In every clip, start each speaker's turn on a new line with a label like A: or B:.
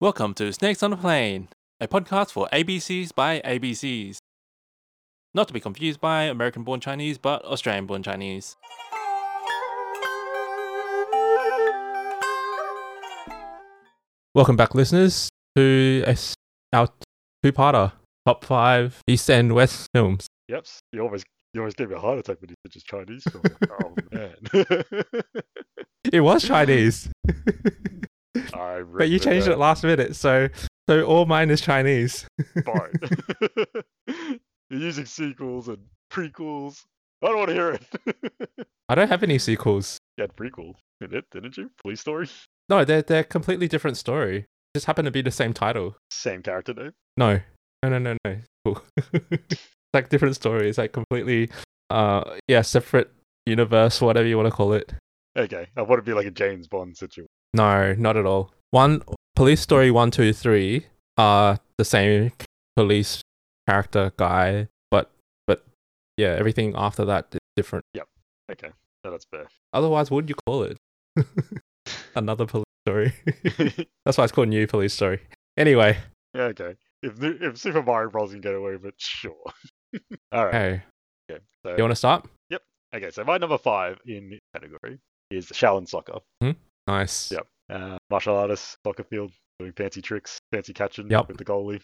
A: Welcome to Snakes on a Plane, a podcast for ABCs by ABCs. Not to be confused by American born Chinese, but Australian born Chinese. Welcome back, listeners, to a s- our two parter top five East and West films.
B: Yep, you always you always give me a heart attack when you said just Chinese film. oh man,
A: It was Chinese,
B: I
A: but you changed it last minute, so so all mine is Chinese.
B: Fine. You're using sequels and prequels. I don't want to hear it.
A: I don't have any sequels.
B: you had prequel in it, didn't you? Police story,
A: No, they're they're completely different story. Just happen to be the same title.
B: same character name.
A: No, no, no, no, no. Cool. It's like different stories, like completely, uh, yeah, separate universe, whatever you want to call it.
B: Okay, I want to be like a James Bond situation.
A: No, not at all. One police story, one, two, three are the same police character guy, but but yeah, everything after that is different.
B: Okay, no, that's fair.
A: Otherwise, what would you call it? Another police story. That's why it's called New Police Story. Anyway,
B: okay, if the- if Super Mario Bros can get away with it, sure. All right.
A: hey,
B: Okay. So,
A: you want to start?
B: okay, so my number five in category is Shaolin Soccer.
A: Nice.
B: Yep. Uh, martial artist, soccer field, doing fancy tricks, fancy catching
A: Yep.
B: with the goalie.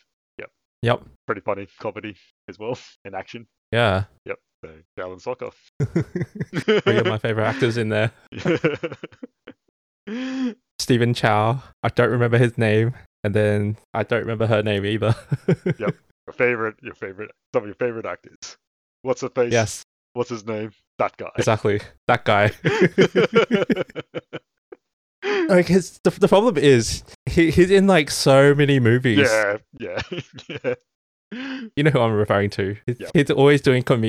A: Yep.
B: Pretty funny comedy as well in action.
A: Yeah.
B: So, Shaolin Soccer.
A: Three of my favorite actors in there. Stephen Chow. I don't remember his name. And then I don't remember her name either.
B: your favorite, your favorite, some of your favorite actors. What's the face?
A: yes,
B: What's his name? That guy.
A: exactly. That guy. like his the, the problem is he, he's in like so many movies.
B: yeah, yeah, yeah.
A: You know who I'm referring to. He's,
B: Yep.
A: he's always doing com-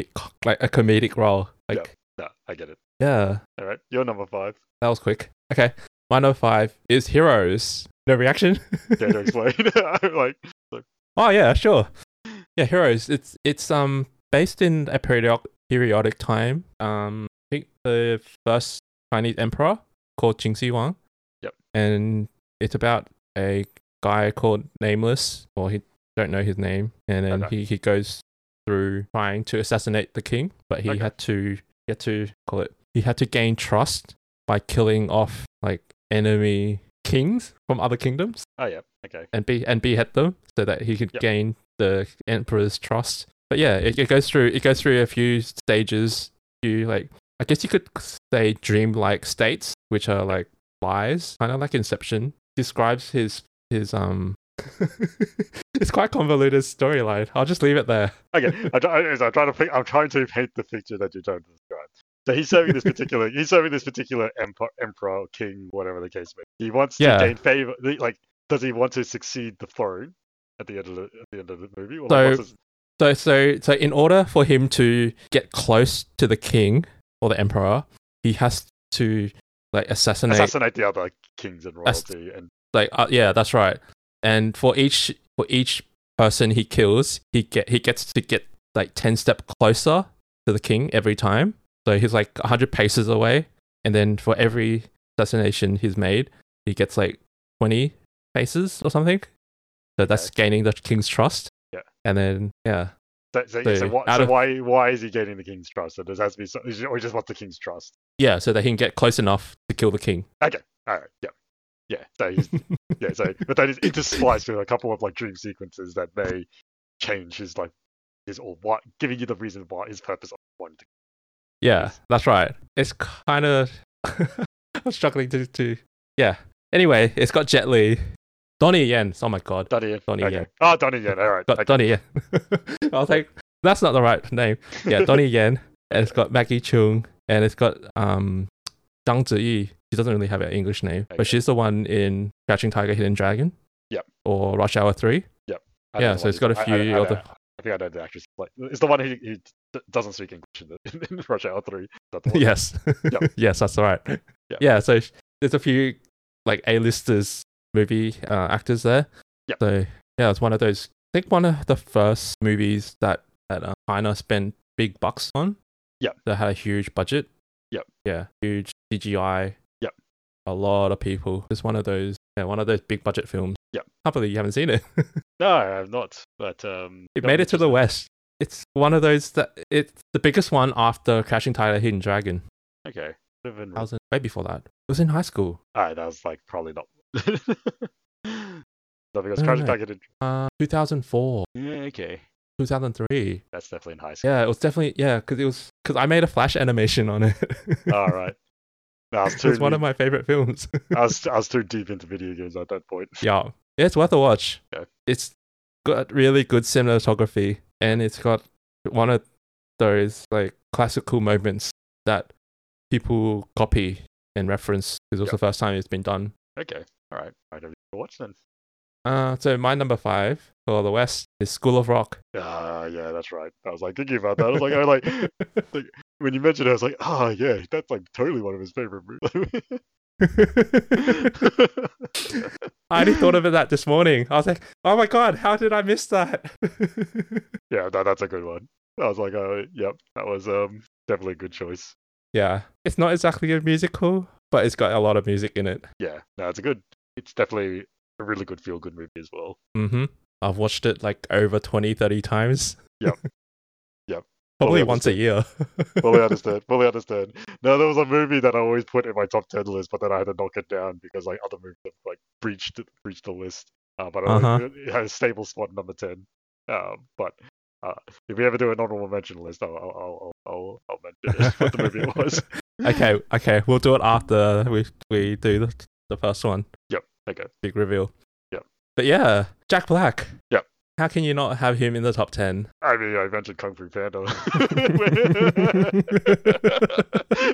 A: like a comedic role. Like
B: Yep. No, I get it.
A: yeah.
B: All right, you're number five.
A: That was quick. Okay. My number five is Heroes. No reaction?
B: Dare to explain? I'm like,
A: Oh yeah, sure. Yeah, Heroes. It's it's um based in a periodic periodic time. Um, I think the first Chinese emperor called Qin Huang.
B: Yep.
A: And it's about a guy called Nameless, or he don't know his name, and then
B: Okay.
A: he, he goes through trying to assassinate the king, but he
B: Okay.
A: had to he had to call it he had to gain trust by killing off like enemy kings from other kingdoms
B: oh yeah, okay,
A: and be and behead them so that he could
B: Yep.
A: gain the emperor's trust. But yeah, it, it goes through it goes through a few stages. You like I guess you could say dreamlike states, which are like lies, kind of like Inception. Describes his his um. it's quite convoluted storyline. I'll just leave it there.
B: okay. I'm, try- I'm trying to pic- I'm trying to paint the picture that you're trying to describe. So he's serving this particular he's serving this particular emperor, emperor, king, whatever the case may. be. He wants
A: Yeah.
B: to gain favor. Like, does he want to succeed the throne at the end of the, at the end of the movie? Or
A: So-
B: like, what's his-
A: So so so in order for him to get close to the king or the emperor, he has to like assassinate
B: assassinate the other kings and
A: Ass-
B: royalty, and
A: like uh, yeah that's right and for each for each person he kills he get he gets to get like 10 step closer to the king every time so he's like 100 paces away and then for every assassination he's made he gets like 20 paces or something so that's gaining the king's trust
B: Yeah.
A: and then yeah
B: so, so,
A: So,
B: so, why,
A: out
B: so
A: of-
B: why why is he gaining the king's trust? So does that have to be so, or he just wants the king's trust?
A: yeah so that he can get close enough to kill the king
B: All right, yeah, yeah. So he's yeah, so but that is interspliced with a couple of like dream sequences that may change his like his or what giving you the reason why his purpose of wanting to
A: Yeah,
B: Yes.
A: that's right. It's kind of I'm struggling to to yeah. Anyway, it's got Jet Li, Donnie Yen. Oh my god,
B: Donnie Yen.
A: Donnie
B: okay.
A: Yen.
B: Oh Donnie Yen, all right.
A: got
B: okay.
A: Donnie Yen. I was like, that's not the right name. Yeah, Donnie Yen, and it's got Maggie Chung, and it's got um Zhang Ziyi. She doesn't really have an English name,
B: Okay.
A: but she's the one in Catching Tiger, Hidden Dragon.
B: Yep.
A: Or Rush Hour Three.
B: I don't
A: yeah,
B: know
A: so
B: what
A: it's got a
B: he's-
A: few
B: I- I- I
A: other.
B: don't- I think I know the actress. Like, it's the one who, who d- doesn't speak English in, the, in Rush Hour 3. Is that the one?
A: yes.
B: Yep.
A: yes, that's right.
B: Yep.
A: Yeah, so sh- there's a few like A-listers movie uh, actors there.
B: Yep.
A: So yeah, it's one of those. I think one of the first movies that that uh, China spent big bucks on.
B: Yep.
A: That had a huge budget.
B: Yep.
A: Yeah, huge CGI.
B: Yep.
A: A lot of people. It's one of those Yeah, one of those big budget films.
B: Yeah.
A: Can't believe you haven't seen it.
B: No, I've not. But um,
A: It
B: no,
A: made it to the
B: interesting.
A: West. It's one of those that it's the biggest one after Crashing Tiger, Hidden Dragon.
B: Okay, Could have been-
A: I was in, way before that. It was in high school.
B: Alright, that was like probably not. no, because
A: No,
B: Crash
A: no.
B: Attack did.
A: Uh, 2004,
B: Yeah, okay,
A: 2003.
B: that's definitely in high school.
A: Yeah, it was definitely yeah because it was because I made a flash animation on it.
B: All right. No, I was
A: it
B: too.
A: was one of my favorite films.
B: I was I was too deep into video games at that point.
A: yeah, it's worth a watch.
B: Yeah.
A: It's got really good cinematography and it's got one of those like classical moments that people copy and reference because it was
B: Yeah.
A: the first time it's been done.
B: Okay, all right. I don't need to watch then.
A: Uh, so my number five for the West is School of Rock.
B: Ah, yeah, that's right. I was like thinking about that. I was like, I was like when you mentioned it, I was like, ah, yeah, that's like totally one of his favorite movies.
A: I only thought of that this morning. I was like, oh my god, how did I miss that?
B: yeah, no, that's a good one. I was like, uh, yep, that was um definitely a good choice.
A: yeah, it's not exactly a musical, but it's got a lot of music in it.
B: Yeah, no, it's a good. It's definitely a really good feel good movie as well.
A: Mm-hmm. I've watched it like over 20, 30 times.
B: Yep. Yep.
A: Probably
B: Fully
A: once a year.
B: Fully understand. Fully understand. No, there was a movie that I always put in my top ten list, but then I had to knock it down because like other movies have like breached breached the list. Uh, but I always-
A: Uh-huh.
B: it had a stable spot number ten. Uh, but uh, if we ever do an honorable mention list, I'll I'll I'll, I'll, I'll mention it, what the movie it was.
A: okay, okay, we'll do it after we we do the, the first one.
B: Okay.
A: Big reveal.
B: Yep.
A: But yeah, Jack Black.
B: Yep.
A: How can you not have him in the top ten?
B: I mean, I mentioned Kung Fu Panda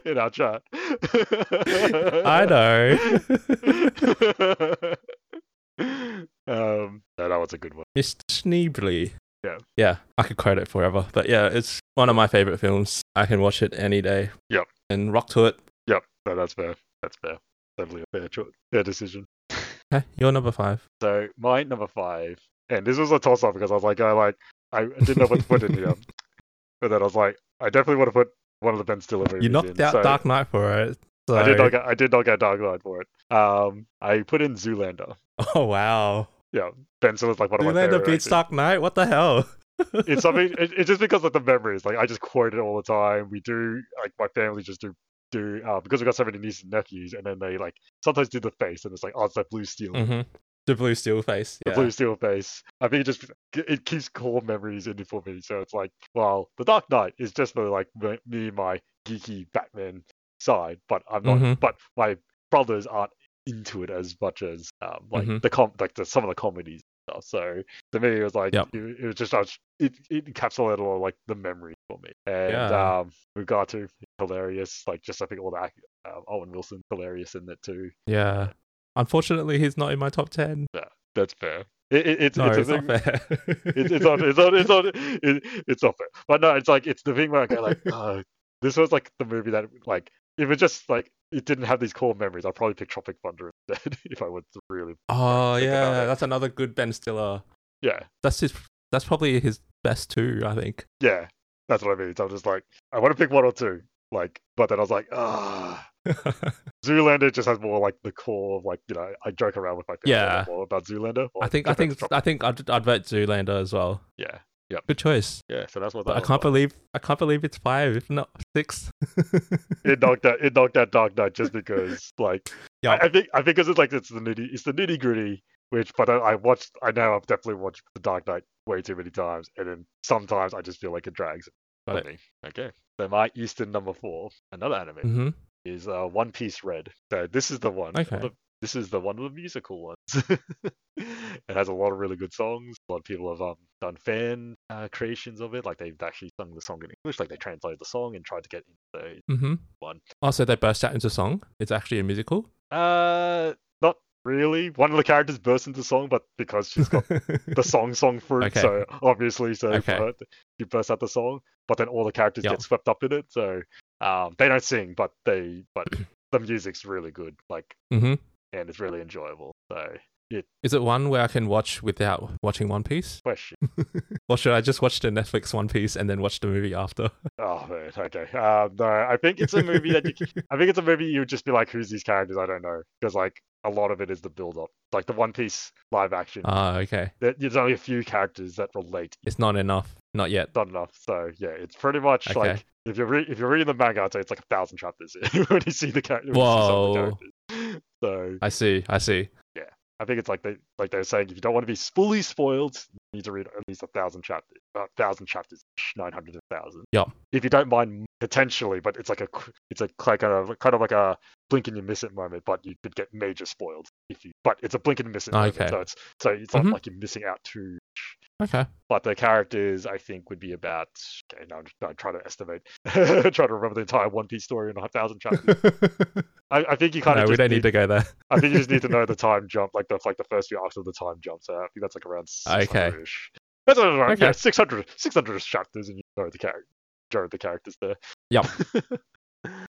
B: in our chat.
A: I know.
B: um, no, that was a good one.
A: Mr. Schneebly.
B: Yeah.
A: Yeah, I could quote it forever. But yeah, it's one of my favorite films. I can watch it any day.
B: Yep.
A: And rock to it.
B: Yep, no, that's fair. That's fair. Definitely a fair choice, fair decision.
A: Okay, you're number five.
B: So my number five, and this was a toss up because I was like, I like, I didn't know what to put in here, but then I was like, I definitely want to put one of the Ben Stiller movies.
A: You knocked
B: in,
A: out
B: so
A: Dark Knight for it. So.
B: I did not get, I did not get Dark Knight for it. Um, I put in Zoolander.
A: Oh wow.
B: Ben Stiller's like one of my
A: Zoolander
B: favorite
A: beats
B: actors.
A: Dark Knight. What the hell?
B: it's something it, it's just because of the memories like i just quote it all the time we do like my family just do do uh, because we got so many nieces and nephews and then they like sometimes do the face and it's like oh it's that blue steel
A: mm-hmm. The blue steel face.
B: the
A: Yeah.
B: blue steel face i think it just it keeps core memories in it for me so it's like well the dark knight is just the like me me and my geeky batman side but i'm not
A: Mhm.
B: but my brothers aren't into it as much as um, like
A: Mhm.
B: the com like the, some of the comedies and stuff. So to me, it was like
A: Yep.
B: it, it was just such- it, it encapsulated all like the memory for me. And
A: Yeah.
B: um, Mugatu hilarious, like just I think all the ac- um, Owen Wilson hilarious in it too.
A: Yeah. Unfortunately, he's not in my top ten.
B: That's fair. It, it, it's
A: No,
B: it's a
A: it's, not
B: thing-
A: fair.
B: It's it's not it's not it's not it, it's not fair. But no, it's like it's the thing where I go like, uh, this was like the movie that like if it was just like it didn't have these core memories, I'd probably pick Tropic Thunder instead if I was really
A: Oh
B: Think about
A: yeah,
B: it.
A: that's another good Ben Stiller.
B: yeah
A: That's his. That's probably his best two, I think.
B: yeah that's what I mean. So I'm just like I want to pick one or two like, but then I was like ah. Zoolander just has more like the core of like you know I joke around with my family a lot
A: Yeah.
B: more about Zoolander. or
A: I think. I
B: different
A: think.
B: Tropic-
A: I think. I'd, I'd vote Zoolander as well.
B: yeah
A: Good choice.
B: yeah. So that's what
A: But
B: that
A: I
B: was
A: can't
B: like.
A: believe. I can't believe it's five, if not six.
B: it knocked out it knocked out Dark Knight just because like
A: Yeah.
B: I, I think I think because it's like it's the nitty it's the nitty gritty which but I, I watched I know I've definitely watched the Dark Knight way too many times and then sometimes I just feel like it drags it
A: Got
B: for
A: it.
B: me. Okay. So my Eastern number four, another anime,
A: hmm
B: is uh, One Piece Red. So this is the one. of
A: Okay.
B: the- this is the one of the musical ones. it has a lot of really good songs. A lot of people have um, done fan uh, creations of it. Like they've actually sung the song in English. Like they translated the song and tried to get into the
A: hmm
B: One.
A: Also, they burst out into song. It's actually a musical.
B: Uh, not really. One of the characters bursts into song, but because she's got the song song fruit,
A: Okay.
B: so obviously, so
A: Okay.
B: for her, she bursts out the song. But then all the characters
A: Yeah.
B: get swept up in it, so um, they don't sing, but they but the music's really good, like,
A: Mhm.
B: and it's really enjoyable. So Yeah.
A: Is it one where I can watch without watching One Piece?
B: Question.
A: Or should I just watch the Netflix One Piece and then watch the movie after?
B: Oh man, okay. Um, no, I think it's a movie that you, I think it's a movie you would just be like, who's these characters? I don't know, because like a lot of it is the build up, like the One Piece live action.
A: Ah, okay.
B: there- There's only a few characters that relate.
A: It's not enough. Not yet.
B: Not enough. So yeah, it's pretty much
A: Okay.
B: like if you're re- if you're reading the manga, I'd say it's like a thousand chapters when you see the characters.
A: Whoa.
B: So
A: I see. I see.
B: I think it's like they like they're saying if you don't want to be fully spoiled, you need to read at least a thousand chapters, about thousand chapters, nine hundred to thousand.
A: Yup.
B: If you don't mind, potentially, but it's like a qu- it's a cl- kind of kind of like a blink and you miss it moment, but you could get major spoiled if you. But it's a blink and you miss it
A: Okay.
B: moment, so it's so it's not
A: Mhm.
B: like you're missing out too. much.
A: Okay.
B: But the characters, I think, would be about. Okay, now I'm just I'm trying to estimate, trying to remember the entire One Piece story in a thousand chapters. I, I think you kind
A: no,
B: of
A: we
B: just
A: don't
B: need
A: need to go there.
B: I think you just need to know the time jump, like the like the first few arcs of the time jump. So I think that's like around
A: Okay.
B: 600 ish. That's around
A: Okay.
B: yeah, 600 600 -ish chapters, and you know the character, know the characters there.
A: Yep.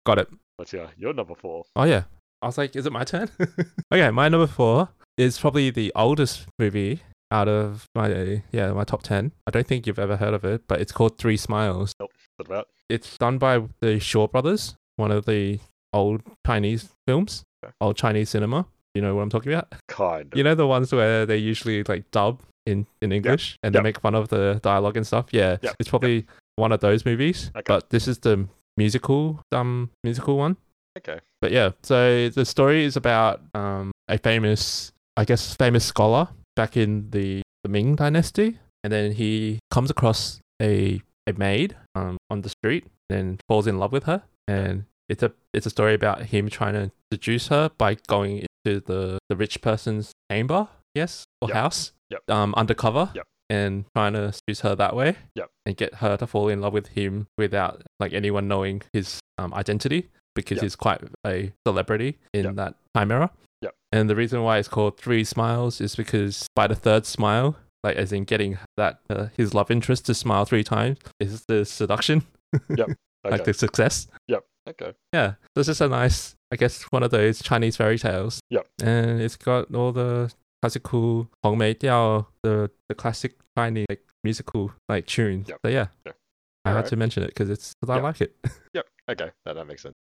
A: Got it.
B: But yeah, you're number four.
A: Oh yeah. I was like, is it my turn? okay, my number four is probably the oldest movie out of my yeah my top ten. I don't think you've ever heard of it, but it's called Three Smiles.
B: What about?
A: It's done by the Shaw Brothers, one of the old Chinese films,
B: Okay.
A: old Chinese cinema. You know what I'm talking about?
B: Kind.
A: You know the ones where they usually like dub in in English and
B: Yep.
A: they make fun of the dialogue and stuff. Yeah,
B: Yep.
A: it's probably one of those movies,
B: Okay.
A: but this is the musical um musical one.
B: Okay.
A: But yeah, so the story is about um, a famous, I guess, famous scholar back in the, the Ming Dynasty, and then he comes across a a maid um, on the street, and falls in love with her, and it's a it's a story about him trying to seduce her by going into the the rich person's chamber, yes, or
B: Yep.
A: house,
B: Yep.
A: um, undercover,
B: Yep.
A: and trying to seduce her that way,
B: Yep.
A: and get her to fall in love with him without like anyone knowing his um, identity because
B: Yep.
A: he's quite a celebrity in
B: Yep.
A: that time era.
B: Yep.
A: And the reason why it's called Three Smiles is because by the third smile, like as in getting that uh, his love interest to smile three times, is the seduction,
B: Okay.
A: like the success.
B: okay.
A: Yeah, this is a nice, I guess, one of those Chinese fairy tales.
B: Yep.
A: And it's got all the classical Hong Mei Diao, the, the classic Chinese like, musical like tunes.
B: Yep.
A: So yeah,
B: Yep.
A: I had
B: Alright.
A: to mention it because it's 'cause I
B: Yep.
A: like it.
B: Yep. Okay. That, that makes sense.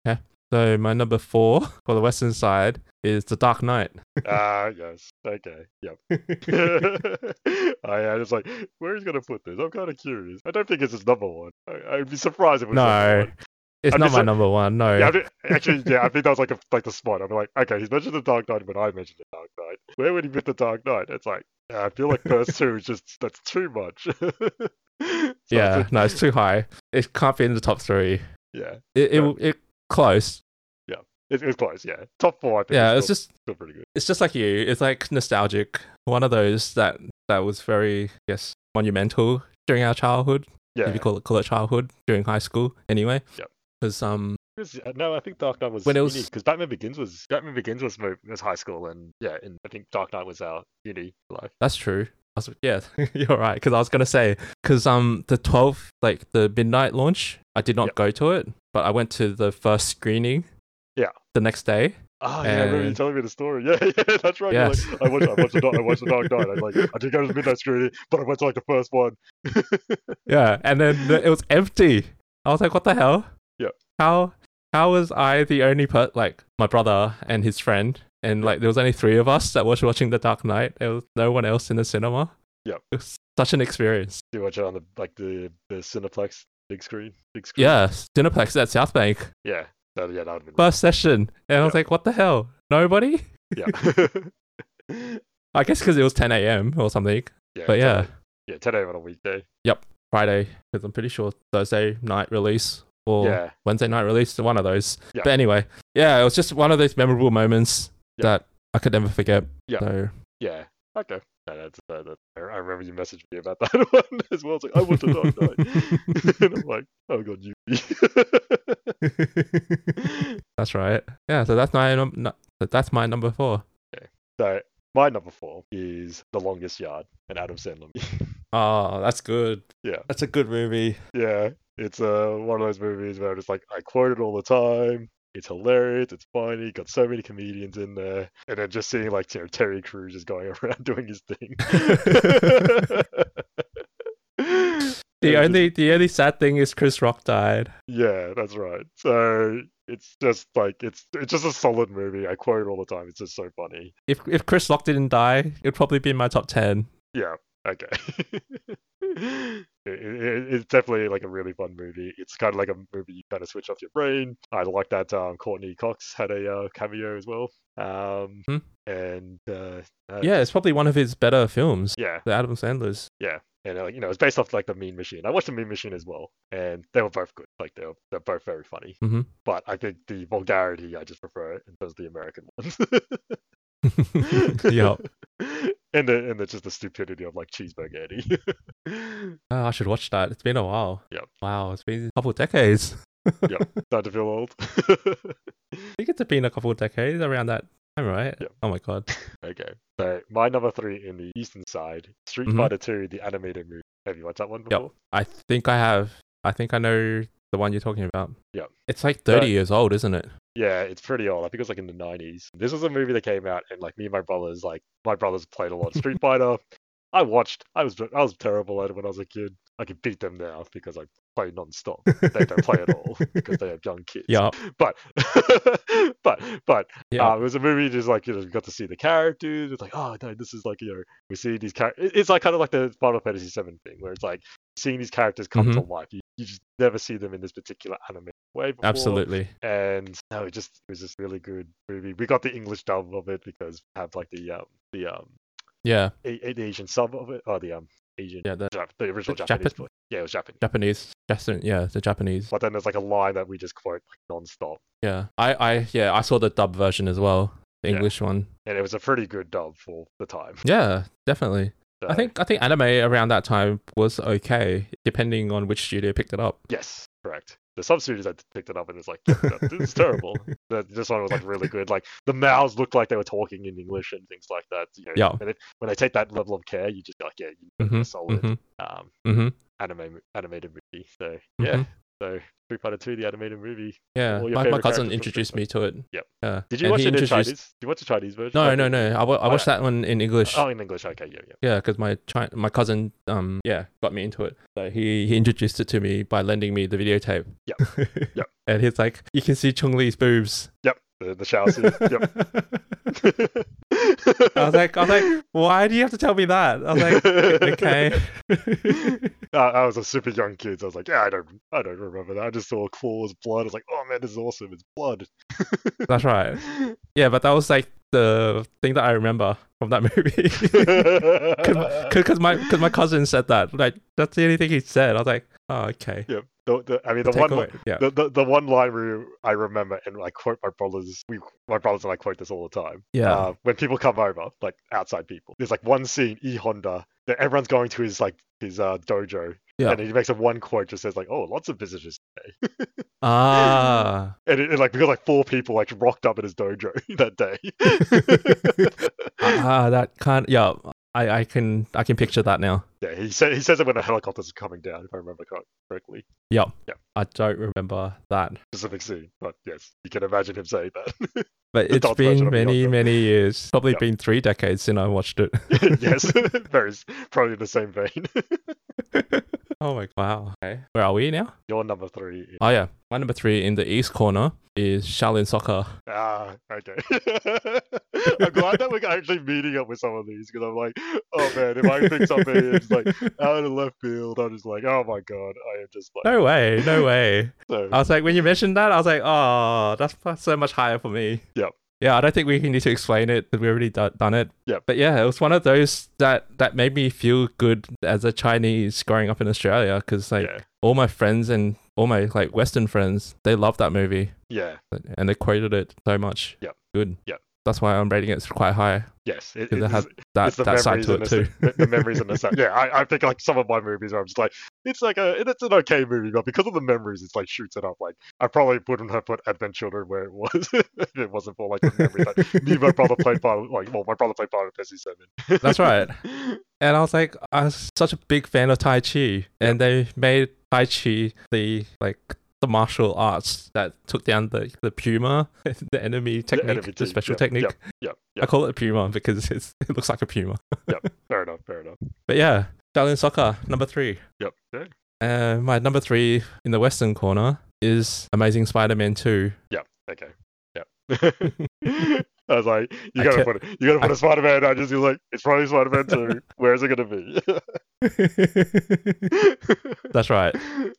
A: So my number four for the Western side is The Dark Knight.
B: Ah, yes. Okay. Yep. I, I was like, where is gonna put this? I'm kind of curious. I don't think it's his number one. I, I'd be surprised if it was number
A: No.
B: one.
A: It's
B: I'm
A: not
B: just
A: my
B: like-
A: number one. No.
B: Yeah, I think, actually, yeah, I think that was like a, like the spot. I'm like, okay, he's mentioned the Dark Knight, but I mentioned the Dark Knight. Where would he put the Dark Knight? It's like, yeah, I feel like first two is just that's too much. So I
A: yeah,
B: think-
A: no, it's too high. It can't be in the top three.
B: yeah,
A: It it,
B: No.
A: it close.
B: it, it was close. Yeah, top four. I think
A: Yeah,
B: is
A: it's
B: still,
A: just
B: still pretty good.
A: it's just like you. It's like nostalgic. One of those that that was very yes monumental during our childhood.
B: Yeah,
A: If you call it call it childhood during high school, anyway.
B: Yep.
A: Because um
B: It was- uh, no, I think Dark Knight was
A: When
B: when
A: it was-
B: because Batman Begins was Batman Begins was mo- was high school, and yeah, and I think Dark Knight was our uni life.
A: That's true. I was, yeah, you're right. Because I was gonna say, because um, the 12th, like the midnight launch, I did not
B: Yep.
A: go to it, but I went to the first screening.
B: Yeah.
A: The next day.
B: Oh, yeah, I remember you
A: And-
B: telling me the story. Yeah, yeah, that's right. You're
A: Yes.
B: Like, I watched, I watched, the, Dark- I watched the Dark Knight. I like, I did go to the midnight screening, but I went to like the first one.
A: Yeah, and then the- it was empty. I was like, what the hell?
B: Yep.
A: How how was I the only per like my brother and his friend and like there was only three of us that was watching The Dark Knight. There was no one else in the cinema.
B: Yep.
A: It was such an experience.
B: Do you watch it on the like the, the Cineplex big screen? Big screen.
A: Yeah, Cineplex at South Bank.
B: Yeah. That, yeah, that would have been
A: First session. And I was
B: Yeah.
A: like, what the hell? Nobody?
B: yeah.
A: I guess because it was 10 a.m. or something.
B: yeah.
A: But yeah,
B: totally. Yeah, ten AM on a weekday.
A: Friday, because I'm pretty sure Thursday night release or
B: yeah.
A: Wednesday night release, one of those.
B: Yeah.
A: But anyway, yeah, it was just one of those memorable moments
B: Yeah.
A: that I could never forget.
B: Yeah.
A: So,
B: Yeah. Okay. No, that's, uh, that, I I remember you messaged me about that one as well. It's like, I want the Dark Knight. and I'm like, oh god, you.
A: that's right. Yeah, so that's my, num- nu- so that's my number four.
B: so my number four is The Longest Yard, and Adam Sandler. movie.
A: Oh, that's good.
B: Yeah.
A: That's a good movie.
B: yeah, it's uh, one of those movies where I'm just like, I quote it all the time. It's hilarious. It's funny. Got so many comedians in there, and then just seeing like you know Terry Crews is going around doing his thing.
A: The
B: Yeah,
A: only the only sad thing is Chris Rock died.
B: Yeah, that's right. So it's just like it's it's just a solid movie. I quote it all the time. It's just so funny.
A: If if Chris Rock didn't die, it'd probably be in my top ten.
B: Yeah. Okay. it, it, it's definitely like a really fun movie. It's kind of like a movie you kind of switch off your brain. I like that um, Courtney Cox had a uh, cameo as well. Um,
A: Hmm.
B: and uh, uh,
A: Yeah, it's probably one of his better films.
B: yeah,
A: The Adam Sandler's.
B: yeah. And uh, you know, it's based off like the Mean Machine. I watched the Mean Machine as well, and they were both good. Like they're they're both very funny.
A: Mhm.
B: But I think the vulgarity I just prefer in terms of the American ones.
A: yeah,
B: and the and the just the stupidity of like cheeseburger Eddie.
A: Oh, I should watch that. It's been a while.
B: Yep.
A: Wow, it's been a couple of decades.
B: Starting to feel old.
A: I think it's been a couple of decades around that time, right?
B: Yep.
A: Oh my god.
B: okay. So my number three in the eastern side, Street
A: Mhm.
B: Fighter Two, the animated movie. Have you watched that one before?
A: I think I have. I think I know the one you're talking about.
B: Yep.
A: It's like 30
B: Right.
A: years old, isn't it?
B: Yeah, it's pretty old. I think it was like in the nineties. This was a movie that came out, and like me and my brothers, like my brothers played a lot of Street Fighter. I watched. I was I was terrible at it when I was a kid. I can beat them now because I play non-stop. They don't play at all because they are young kids.
A: Yeah.
B: But but but
A: Yeah.
B: Uh, it was a movie just like you know, you got to see the characters. It's like, oh no, this is like you know, we see these characters. It's like kind of like the Final Fantasy VII thing, where it's like seeing these characters come
A: Mm-hmm.
B: to life. You, you just never see them in this particular anime way. Before.
A: Absolutely.
B: And no, it just it was just really good movie. We got the English dub of it because we have like the um the um
A: Yeah.
B: a- a- the Asian sub of it or the um Asian
A: Yeah. The
B: Jap- the original
A: the
B: Japanese
A: Japan-
B: voice. Yeah, it was Japanese.
A: Japanese. Japanese. Yeah. The Japanese.
B: But then there's like a line that we just quote like non-stop.
A: Yeah. I, I, yeah, I saw the dub version as well. The
B: Yeah.
A: English one.
B: and it was a pretty good dub for the time.
A: Yeah. Definitely. I
B: So,
A: think, I think anime around that time was okay, depending on which studio picked it up.
B: Yes, correct. The sub series I picked it up and it's like, yeah, that- this is terrible. That this one was like really good. Like the mouths looked like they were talking in English and things like that. You know,
A: Yeah.
B: And it, when they take that level of care, you just like, yeah, you got
A: Mhm,
B: a solid
A: mhm.
B: um,
A: Mhm.
B: anime animated movie. So
A: Mm-hmm.
B: yeah. So three part two, the animated movie.
A: Yeah.
B: All your
A: My, my
B: favorite characters
A: cousin
B: from
A: introduced
B: Street
A: me to it.
B: Yep.
A: Yeah.
B: Did you
A: And
B: watch
A: he
B: it in
A: introduced-
B: Chinese? Did you watch the Chinese version?
A: No,
B: Like,
A: no,
B: in-
A: no. I, wa- I
B: Oh,
A: watched that one in English.
B: Oh, in English. Okay, yeah, yeah.
A: Yeah, because my chi- my cousin, um, yeah, got me into it. So he, he introduced it to me by lending me the videotape.
B: Yep. Yep.
A: Yep. and he's like, you can see Chung Lee's boobs.
B: Yep. The, the shower scene. Yep.
A: I was like, I was like, why do you have to tell me that? I was like, okay.
B: I, I was a super young kid, so I was like, yeah, I don't, I don't remember that. I just saw claws, blood. I was like, oh man, this is awesome. It's blood.
A: That's right. Yeah, but that was like the thing that I remember from that movie. Because my, cause my cousin said that. Like, that's the only thing he said. I was like, oh, okay.
B: Yep. The, the, I mean, the
A: Take
B: one,
A: away. Yeah.
B: the, the, the one line we, I remember, and I quote my brothers. We, my brothers and I quote this all the time.
A: Yeah.
B: Uh, when people come over, like outside people, there's like one scene, E Honda, that everyone's going to his like his uh, dojo,
A: Yeah.
B: and he makes a one quote just says like, oh, lots of visitors today.
A: ah.
B: And, it, and, like we got like four people like rocked up at his dojo that day.
A: Ah, that can't. Yeah, I, I can I can picture that now.
B: yeah, he said he says it when the helicopters are coming down, if I remember cor- correctly.
A: I don't remember that,
B: Specific scene, but yes, you can imagine him saying that.
A: but it's
B: The adult version
A: been
B: of
A: many
B: Yoko.
A: many years. Probably
B: Yeah.
A: been three decades since I watched it.
B: yes, very s- probably in the same vein.
A: oh my wow. Okay, where are we now?
B: Your number three. is-
A: Oh yeah, my number three in the east corner is Shaolin Soccer.
B: Ah, okay. I'm glad that we're actually meeting up with some of these because I'm like, oh man, if I pick something it's like out of left field, I'm just like, oh my god, I am just like,
A: no way, no way.
B: so,
A: I was like, when you mentioned that, I was like, oh, that's, that's so much higher for me.
B: Yep.
A: Yeah, I don't think we need to explain it because we already do- done it.
B: Yep.
A: But yeah, it was one of those that that made me feel good as a Chinese growing up in Australia because like
B: yeah,
A: all my friends and all my like Western friends, they love that movie
B: yeah,
A: and they quoted it so much.
B: Yep.
A: Good.
B: Yep.
A: That's why I'm rating it quite high.
B: yes, it,
A: Because
B: it
A: it
B: is-
A: has that,
B: it's the
A: that side
B: memories
A: to
B: and
A: it
B: the,
A: too.
B: the, the memories and the sound. Yeah, I, I think like some of my movies where I'm just like, it's like a, it's an okay movie, but because of the memories, it's like shoots it up. Like I probably wouldn't have put Advent Children where it was if it wasn't for like the memories. Like me and my brother played Final, like well, my brother played Final Fantasy Seven.
A: That's right. And I was like, I was such a big fan of Tai Chi. And they made Tai Chi the like the martial arts that took down the, the puma, the enemy technique, the,
B: enemy team,
A: special
B: yeah,
A: technique.
B: Yeah,
A: I
B: yeah.
A: call it a puma because it's, it looks like a puma.
B: Fair enough. Fair enough.
A: But yeah, Shaolin Soccer, number three.
B: Yep. Okay.
A: Uh, my number three in the Western corner is Amazing Spider Man 2.
B: Okay. Yeah. I was like, you
A: I
B: gotta
A: can't-
B: put it, you gotta put
A: I-
B: a Spider Man. I just was like, it's probably Spider Man two. Where is it gonna be?
A: That's right.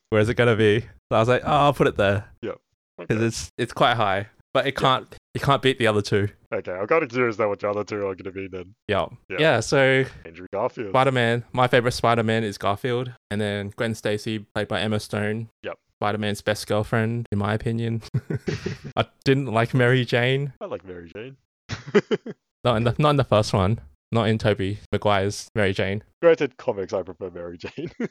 A: Where is it going to be? So I was like, oh, I'll put it there because
B: okay.
A: it's, it's quite high, but it can't, it can't beat the other two.
B: okay, I'm kind of curious now what the other two are gonna be then.
A: Yeah.
B: Yeah.
A: Yeah. so
B: Andrew Garfield.
A: Spider Man, my favorite Spider Man is Garfield. And then Gwen Stacy, played by Emma Stone.
B: Yep.
A: Spider Man's best girlfriend, in my opinion. I didn't like Mary Jane.
B: I like Mary Jane.
A: Not in the, not in the first one. Not in Toby Maguire's Mary Jane.
B: Granted, comics, I prefer Mary Jane.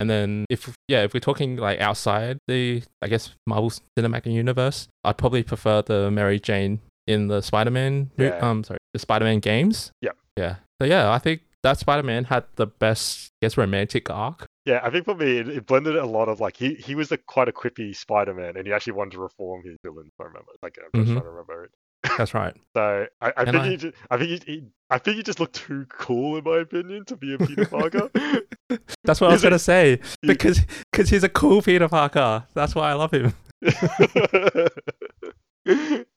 A: And then if yeah, if we're talking like outside the I guess Marvel Cinematic Universe, I'd probably prefer the Mary Jane in the Spider-Man mo-
B: Yeah.
A: um sorry, the Spider-Man games.
B: Yeah.
A: Yeah. So yeah, I think that Spider-Man had the best I guess romantic arc.
B: Yeah, I think for me, it, it blended a lot of like he he was a quite a quippy Spider-Man, and he actually wanted to reform his villain. If I remember, like I'm just
A: Mhm.
B: trying to remember it.
A: That's right.
B: So I, I
A: And
B: think
A: I-
B: he just, I think he, he I think he just looked too cool in my opinion to be a Peter Parker.
A: That's what I was
B: He's a-
A: going to say because cuz he's a cool Peter Parker. That's why I love him.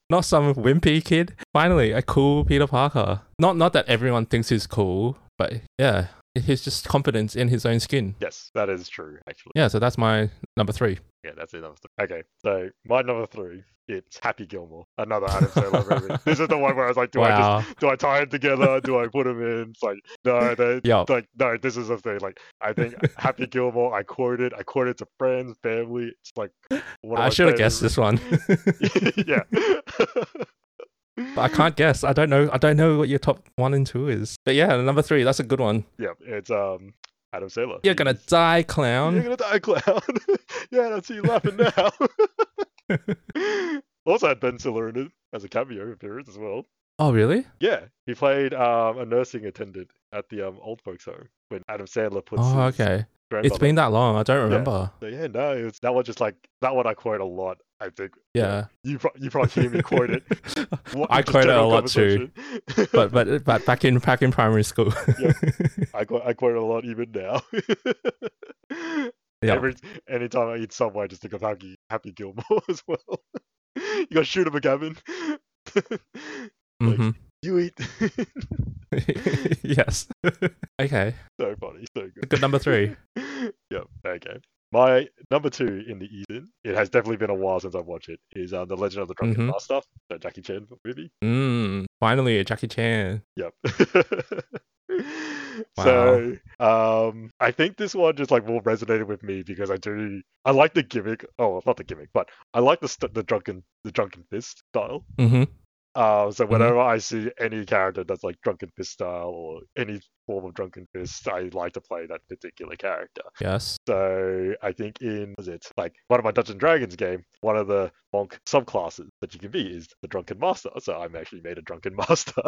A: Not some wimpy kid. Finally, a cool Peter Parker. Not not that everyone thinks he's cool, but yeah, he's just confidence in his own skin.
B: yes, that is true. Actually,
A: Yeah, so that's my number three.
B: yeah, that's it. Number three. Okay, so my number three, it's Happy Gilmore, another Adam Sandler movie. This is the one where I was like, do I just
A: wow.
B: do I tie it together? Do I put them in? It's like, no, they,
A: Yeah.
B: like, no, this is the thing. Like, I think Happy Gilmore, I quoted, I quoted to friends, family. It's like, what
A: I should have guessed this one.
B: yeah.
A: But I can't guess. I don't know. I don't know what your top one and two is. But yeah, number three. That's a good one.
B: Yeah, it's um Adam Sandler.
A: You're gonna
B: He's-
A: die,
B: You're
A: clown.
B: gonna die, clown. yeah, that's you laughing now. also had Ben Stiller in it as a cameo appearance as well.
A: Oh, really?
B: Yeah, he played um, a nursing attendant at the um, old folks home when Adam Sandler puts.
A: Oh,
B: his
A: okay. It's
B: grandmother-
A: been that long. I don't remember.
B: So yeah, no, it's that one just like that one I quote a lot. I think
A: Yeah.
B: you pro- you probably hear me quote it. What-
A: I
B: just
A: quote it a
B: general
A: lot too,
B: conversation.
A: but but but back in back in primary school.
B: Yeah. I quote I quote it a lot even now.
A: Yeah.
B: Every anytime I eat somewhere, I just think of Happy Happy Gilmore as well. you gotta shoot him again.
A: Mhm.
B: you eat.
A: yes. okay.
B: so funny, so good.
A: Good number three.
B: yep. Okay. My number two in the Ethan, it has definitely been a while since I've watched it, is um, The Legend of the Drunken
A: Mhm.
B: Master, the Jackie Chan movie.
A: Mm, finally, a Jackie Chan.
B: Yep. So um I think this one just like more resonated with me because I do I like the gimmick. Oh, not the gimmick, but I like the st- the drunken the drunken fist style.
A: hmm
B: Uh, so whenever I see any character that's like drunken fist style or any form of drunken fist, I like to play that particular character.
A: Yes.
B: So I think in was it like one of my Dungeons and Dragons game, one of the monk subclasses that you can be is the drunken master. So I'm actually made a drunken master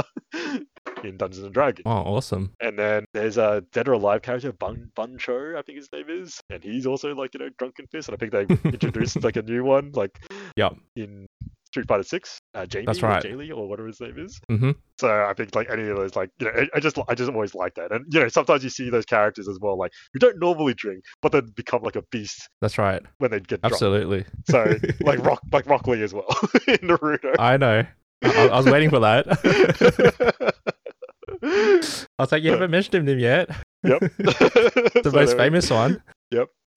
B: in Dungeons and Dragons.
A: Oh, awesome.
B: And then there's a dead or alive character, Bun Buncho, I think his name is, and he's also like you know drunken fist. And I think they introduced like a new one, like
A: Yep.
B: in Street Fighter Six, uh, Jamie
A: That's
B: or
A: right.
B: Jaylee or whatever his name is.
A: Mhm.
B: So I think like any of those, like you know, I, I just I just always like that. And you know sometimes you see those characters as well, like who don't normally drink, but then become like a beast
A: That's right.
B: when they get
A: Absolutely.
B: drunk. So like Rock like Rock Lee as well in Naruto.
A: I know. I, I was waiting for that. I was like, you haven't mentioned him yet.
B: yep,
A: the most famous one.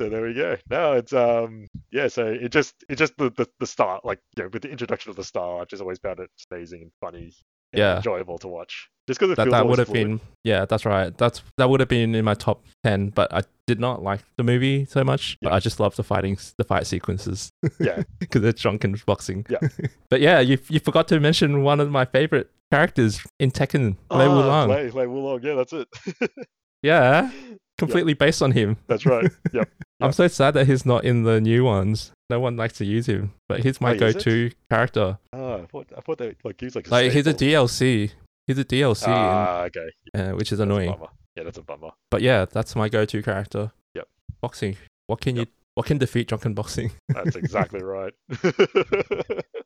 B: So there we go. No, it's um yeah, so it just it just the the, the start, like you know, with the introduction of the star, I've just always found it amazing and funny and
A: Yeah.
B: enjoyable to watch. Just because it
A: That
B: feels
A: that
B: always
A: would have
B: fluid.
A: been yeah, that's right. That's that would have been in my top ten, but I did not like the movie so much. But
B: Yeah.
A: I just love the fighting the fight sequences.
B: Yeah.
A: because it's drunken boxing.
B: Yeah.
A: but yeah, you you forgot to mention one of my favorite characters in Tekken, Lei
B: Ah,
A: Wulong.
B: Lei, Lei Wulong, yeah, that's it.
A: Yeah, completely based on him.
B: that's right. Yep. Yeah.
A: I'm so sad that he's not in the new ones. No one likes to use him, but he's my
B: Wait, Oh, is it?
A: go-to character.
B: Ah, I thought I thought they like he was like a
A: Like he's a
B: staple.
A: DLC. He's a DLC,
B: Ah, okay.
A: uh, which is
B: That's a
A: annoying.
B: bummer. Yeah, that's a bummer.
A: But yeah, that's my go-to character.
B: Yep.
A: Boxing. What can
B: Yep.
A: you What can defeat drunken boxing?
B: That's exactly right.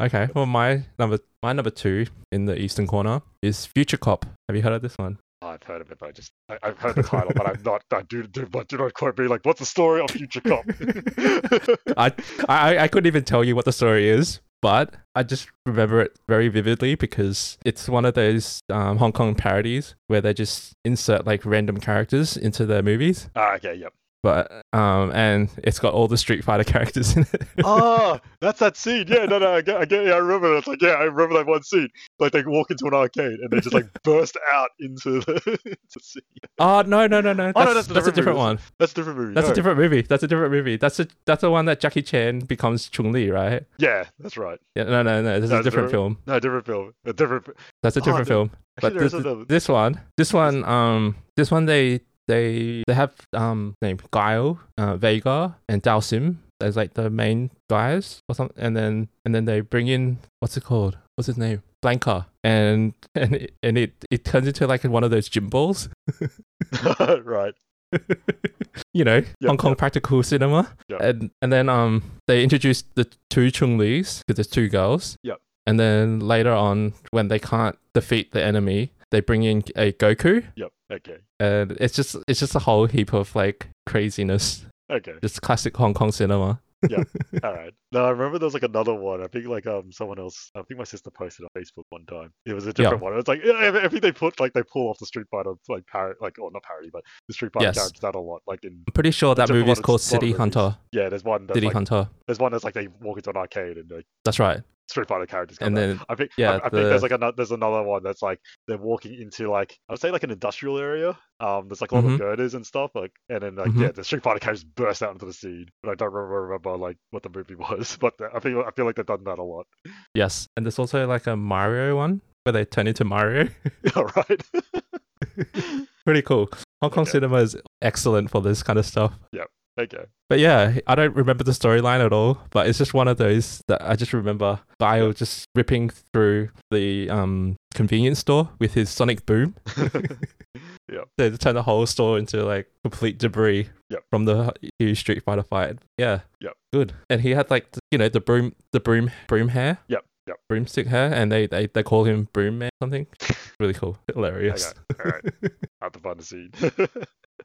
A: Okay. Well, my number my number two in the eastern corner is Future Cop. Have you heard of this one?
B: I've heard of it, but I just I, I've heard the title, but I'm not. I do do, but do not quote me. Like, what's the story of Future Cop?
A: I, I I couldn't even tell you what the story is, but I just remember it very vividly because it's one of those um, Hong Kong parodies where they just insert like random characters into their movies.
B: ah, okay, yep.
A: But um, and it's got all the Street Fighter characters in it.
B: oh, that's that scene. Yeah, no, no, I get, I get, yeah, I remember. It's like, yeah, I remember that one scene. Like they walk into an arcade and they just like burst out into the. into scene.
A: oh no no no no! That's,
B: Oh, no,
A: that's,
B: that's a
A: a
B: different
A: different
B: movie.
A: one.
B: That's a different movie.
A: That's
B: no.
A: a different movie. That's a different movie. That's a that's the one that Jackie Chan becomes Chung Li, right?
B: Yeah, that's right.
A: Yeah, no no no. This is
B: That's
A: a different
B: different.
A: film.
B: No, different film. A different. fi-
A: That's a
B: Oh,
A: different
B: no.
A: film.
B: Actually,
A: But
B: there
A: this,
B: is another.
A: this one, this one, um, this one they they they have um name Guile, uh, Vega, and Dalsim as like the main guys or something, and then and then they bring in what's it called? What's his name? Blanca, and and it, and it it turns into like one of those gym balls,
B: right.
A: you know,
B: Yep,
A: Hong Kong
B: yep.
A: practical cinema,
B: Yep.
A: and and then um they introduced the two Chung Lees because there's two girls,
B: Yep.
A: and then later on when they can't defeat the enemy, they bring in a Goku.
B: Yep. Okay.
A: and it's just it's just a whole heap of like craziness
B: Okay.
A: just classic hong kong cinema
B: Yeah. All right. No, I remember there was like another one. I think like um someone else. I think my sister posted on Facebook one time. It was a different one. It was like yeah, I I think they put like they pull off the Street Fighter like parody, like or not parody, but the Street Fighter
A: Yes.
B: characters out a lot. Like in
A: i'm pretty sure that
B: Except for
A: movie
B: a
A: is
B: lot of-
A: called
B: lot of
A: city
B: movies.
A: hunter
B: yeah, there's one that's
A: city
B: like
A: hunter
B: there's one that's like they walk into an arcade and like
A: that's right
B: Street Fighter characters. Come
A: and
B: out.
A: then
B: I think I-
A: yeah,
B: I, think there's
A: the-
B: like another there's another one that's like they're walking into like I would say like an industrial area. Um, there's like a lot
A: Mhm.
B: of girders and stuff. Like and then like
A: Mhm.
B: yeah, the Street Fighter characters burst out into the scene. But I don't remember, remember like what the movie was. But I feel I feel like they've done that a lot.
A: yes and there's also like a mario one where they turn into mario
B: All right.
A: pretty cool hong kong
B: Okay.
A: cinema is excellent for this kind of stuff
B: okay.
A: but yeah i don't remember the storyline at all but it's just one of those that i just remember Guile just ripping through the um convenience store with his sonic boom they turn the whole store into like complete debris
B: Yep.
A: from the huge Street Fighter fight. Yeah.
B: Yep.
A: Good. And he had like th- you know the broom, the broom, broom hair.
B: Yep, yep.
A: Broomstick hair, and they they, they call him Broom Man. or Something. Really cool. Hilarious.
B: Okay. All right. I have to find the scene.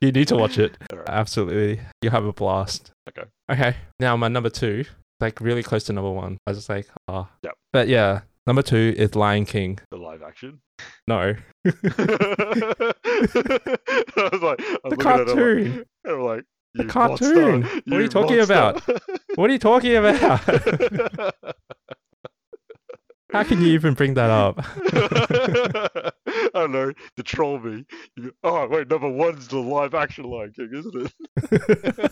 A: You need to watch it.
B: All right.
A: Absolutely. You have a blast.
B: Okay.
A: Okay. Now my number two, like really close to number one. I was just like, ah.
B: Yep.
A: But yeah, number two is Lion King.
B: The live action.
A: No.
B: I was like, I'm
A: The
B: looking at it, I'm like-
A: cartoon.
B: I'm like,
A: The
B: "You
A: cartoon.
B: monster,
A: What are you talking about? What are you talking about?
B: about?
A: How can you even bring that up?
B: I don't know. To troll me. You go, oh wait, number one's the live action Lion King, isn't it?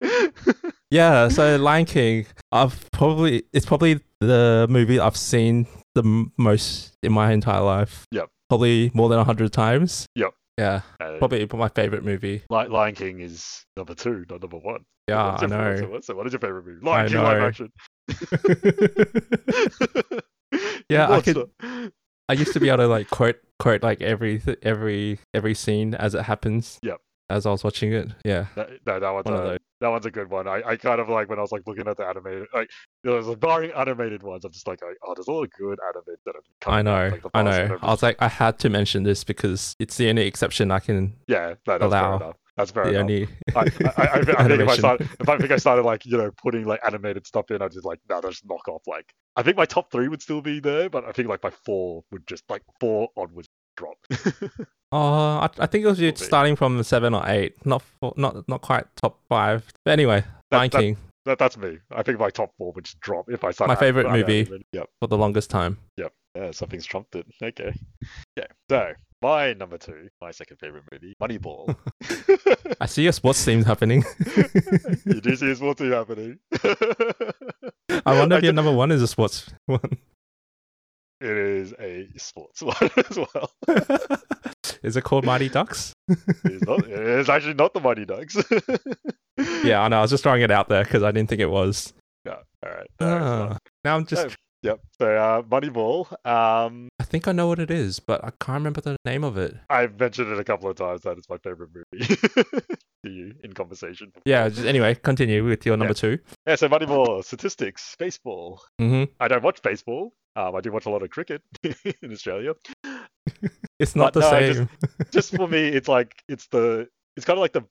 A: Yeah, so Lion King, I've probably it's probably the movie I've seen the m- most in my entire life.
B: Yep.
A: Probably more than 100 times.
B: Yep.
A: Yeah,
B: Uh,
A: probably my favorite movie.
B: Li- Lion King is number two, not number one.
A: Yeah,
B: What's
A: I
B: your- what's your-
A: know.
B: what's your- what is your favorite movie? Lion
A: I
B: King live
A: know.
B: action.
A: Yeah, I could-
B: could.
A: I used to be able to like quote quote like every every every scene as it happens.
B: Yep.
A: As I was watching it. Yeah.
B: That, no, that one's
A: One of
B: a,
A: those.
B: that one's a good one. I, I kind of like when I was like looking at the animated, like there was like barring animated ones. I'm just like, like, oh, there's a lot of good animated that have come.
A: I
B: out,
A: know.
B: like, the
A: I
B: past
A: know.
B: whatever.
A: I was like I had to mention this because it's the only exception I can
B: yeah, no, that's
A: allow
B: fair enough. That's fair
A: the
B: enough.
A: only
B: I, I, I, I think if I
A: animation.
B: started, if I think I started like you know putting like animated stuff in, I'd just like no, that's knock off. Like I think my top three would still be there, but I think like my four would just like four onwards drop.
A: Oh, I, I think it was
B: Little bit.
A: starting from seven or eight, not four, not not quite top five. But anyway, Lion
B: that, that,
A: King
B: that, that's me. I think my top four would just drop if I started.
A: My favorite
B: adding
A: movie.
B: animated. Yep.
A: for the longest time.
B: Yeah, something's trumped it. uh, Okay. Yeah. So my number two, my second favorite movie, Moneyball.
A: I see a sports theme happening.
B: you do see what's happening.
A: I wonder if
B: I
A: your
B: don't-
A: number one is a sports one.
B: It is a sports one as well.
A: is it called Mighty Ducks?
B: It is, not, it is actually not the Mighty Ducks.
A: Yeah, I know. I was just throwing it out there because I didn't think it was.
B: No, all right. No, it's
A: Ah,
B: not.
A: now I'm just
B: No. Yep. So uh, Moneyball. Um,
A: I think I know what it is, but I can't remember the name of it.
B: I've mentioned it a couple of times. That is my favorite movie. to you in conversation.
A: Yeah. Just, anyway, continue with your number two.
B: Yeah. So Moneyball, statistics, baseball.
A: Mm-hmm.
B: I don't watch baseball. Um, I do watch a lot of cricket in Australia.
A: It's not
B: But
A: the
B: no, I
A: same.
B: Just for me, it's like it's the it's kind of like the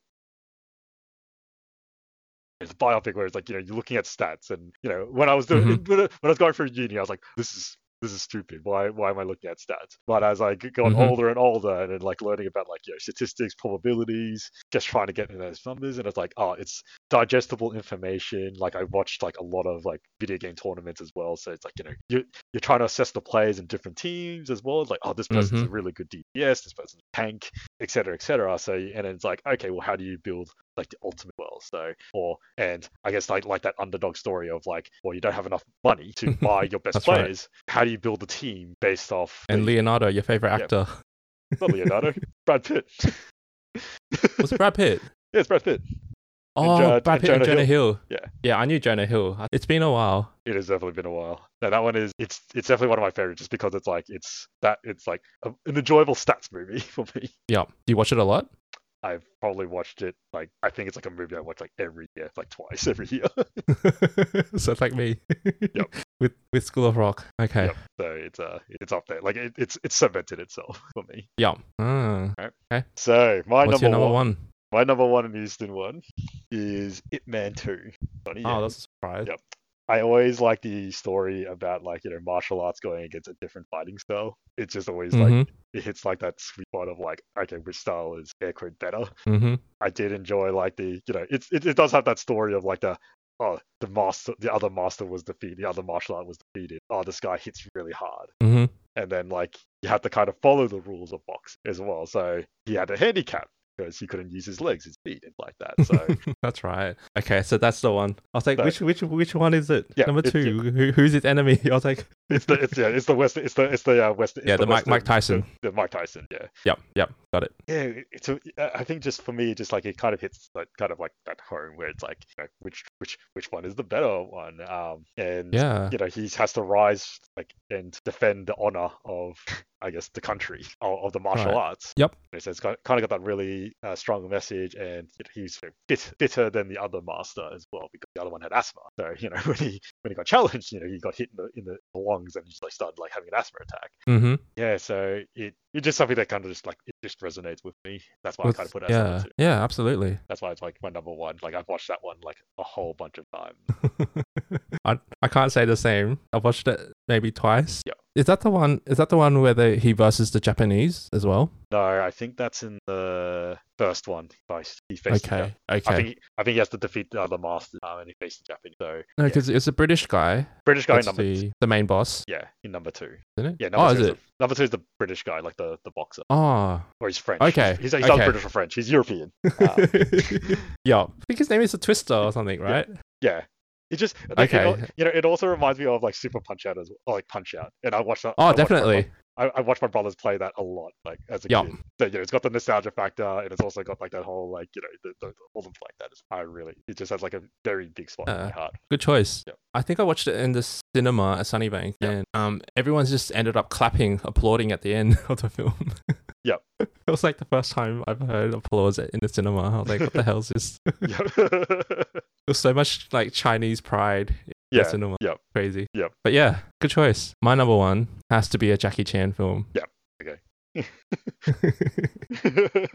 B: it's biopic where it's like you know you're looking at stats and you know when I was doing when I when I was going through uni, I was like this is this is stupid. Why why am I looking at stats? But as I g- got
A: Mhm.
B: older and older and then like learning about like you know statistics, probabilities, just trying to get in those numbers, and it's like oh it's digestible information. Like I watched like a lot of like video game tournaments as well, so it's like you know you you're trying to assess the players in different teams as well. It's like, oh, this person's
A: Mm-hmm.
B: a really good DPS, this person's a tank, et cetera, et cetera. So, and it's like, okay, well, how do you build like the ultimate world? So, or and I guess like like that underdog story of like, well, you don't have enough money to buy your best
A: That's right.
B: players. How do you build a team based off
A: and
B: the,
A: Leonardo, your favorite
B: Yep.
A: actor,
B: not Leonardo, Brad Pitt?
A: was it Brad Pitt?
B: yeah, it's Brad Pitt.
A: Oh,
B: Jo-
A: Brad
B: and
A: Pitt and
B: Jonah
A: Jonah Hill.
B: Yeah.
A: Yeah, I knew Jonah Hill. It's been a while.
B: It has definitely been a while. No, that one is it's it's definitely one of my favorites just because it's like it's that it's like a, an enjoyable stats movie for me.
A: Yeah. Do you watch it a lot?
B: I've probably watched it like I think it's like a movie I watch like every year, like twice every year.
A: so it's like me.
B: Yep.
A: With with School of Rock. Okay.
B: Yep. so it's uh it's up there. Like it, it's it's cemented itself for me.
A: Yeah. Ah.
B: So my
A: What's
B: number,
A: your number
B: one,
A: one?
B: my number one and Houston one is It Man Two. Donnie
A: Oh,
B: Yen.
A: that's a surprise.
B: Yep. I always like the story about like you know martial arts going against a different fighting style. It's just always like
A: Mhm,
B: it hits like that sweet spot of like okay which style is air quote better.
A: mhm.
B: I did enjoy like the you know it's it, it does have that story of like the oh the master the other master was defeated the other martial art was defeated oh this guy hits really hard
A: Mhm.
B: and then like you have to kind of follow the rules of box as well so he had a handicap because he couldn't use his legs his feet and like that so
A: That's right. Okay, so that's the one. I was like,
B: So-
A: which which which one is it?
B: Yeah,
A: number
B: it's-
A: two. Who, who's his enemy? I was like,
B: it's the it's yeah it's the west it's the it's the uh, west it's
A: Yeah, the Mike-
B: Western-
A: Mike Tyson.
B: the, the Mike Tyson yeah
A: Yep, yep, got it.
B: yeah it- it's a, I I think just for me just like it kind of hits like kind of like that home where it's like you know, which which which one is the better one um and
A: Yeah.
B: you know he has to rise like and defend the honor of i guess the country of, of the martial
A: Right.
B: arts
A: Yep.
B: And so it's got, kind of got that really uh, strong message and you know, he's you know, fit, fitter than the other master as well because the other one had asthma so you know when he when he got challenged you know he got hit in the, in the lungs and he just like started like having an asthma attack
A: Mm-hmm.
B: yeah so it it's just something that kind of just like it just resonates with me that's why i kind of put it as number
A: yeah.
B: two.
A: Yeah, absolutely.
B: that's why it's like my number one like i've watched that one like a whole bunch of times
A: I I can't say the same. I've watched it maybe twice.
B: Yep.
A: Is that the one is that the one where the, he versus the Japanese as well?
B: No, I think that's in the first one. He faced, he faced the Jap-
A: Okay.
B: I
A: Okay.
B: think he- I think he has to defeat the other master, um, and he faced the Japanese. So
A: No,
B: yeah.
A: because it's a British guy.
B: British guy in
A: that's
B: number
A: the, the main boss,
B: yeah, in number two.
A: isn't it?
B: Yeah,
A: oh,
B: number two
A: is
B: is
A: it?
B: The, number two is the British guy, like the, the boxer,
A: Oh.
B: or he's French.
A: Okay,
B: he's, he's
A: okay.
B: not British or French. He's European. Um,
A: yeah. I think his name is a Twister or something, right? Oh,
B: yeah. It just like, it al-
A: Okay.
B: you know, it also reminds me of like Super Punch Out as well, or, like Punch Out, and I watched that. I
A: Oh,
B: watched my bro-
A: definitely.
B: I, I watched my brothers play that a lot, like as a
A: Yeah.
B: kid. So you know, it's got the nostalgia factor, and it's also got like that whole like you know the, the, all of like that. Is, I really, it just has like a very big spot in my
A: Uh,
B: heart.
A: Good choice.
B: Yeah.
A: I think I watched it in the cinema at Sunnybank,
B: Yeah.
A: and um, everyone's just ended up clapping, applauding at the end of the film.
B: Yep.
A: it was like the first time I've heard applause in the cinema. I was like, "What the hell is this?" There
B: Yeah.
A: was so much like Chinese pride in
B: yeah,
A: the cinema.
B: Yep.
A: Crazy.
B: Yep.
A: But yeah, good choice. My number one has to be a Jackie Chan film.
B: Yep.
A: Okay.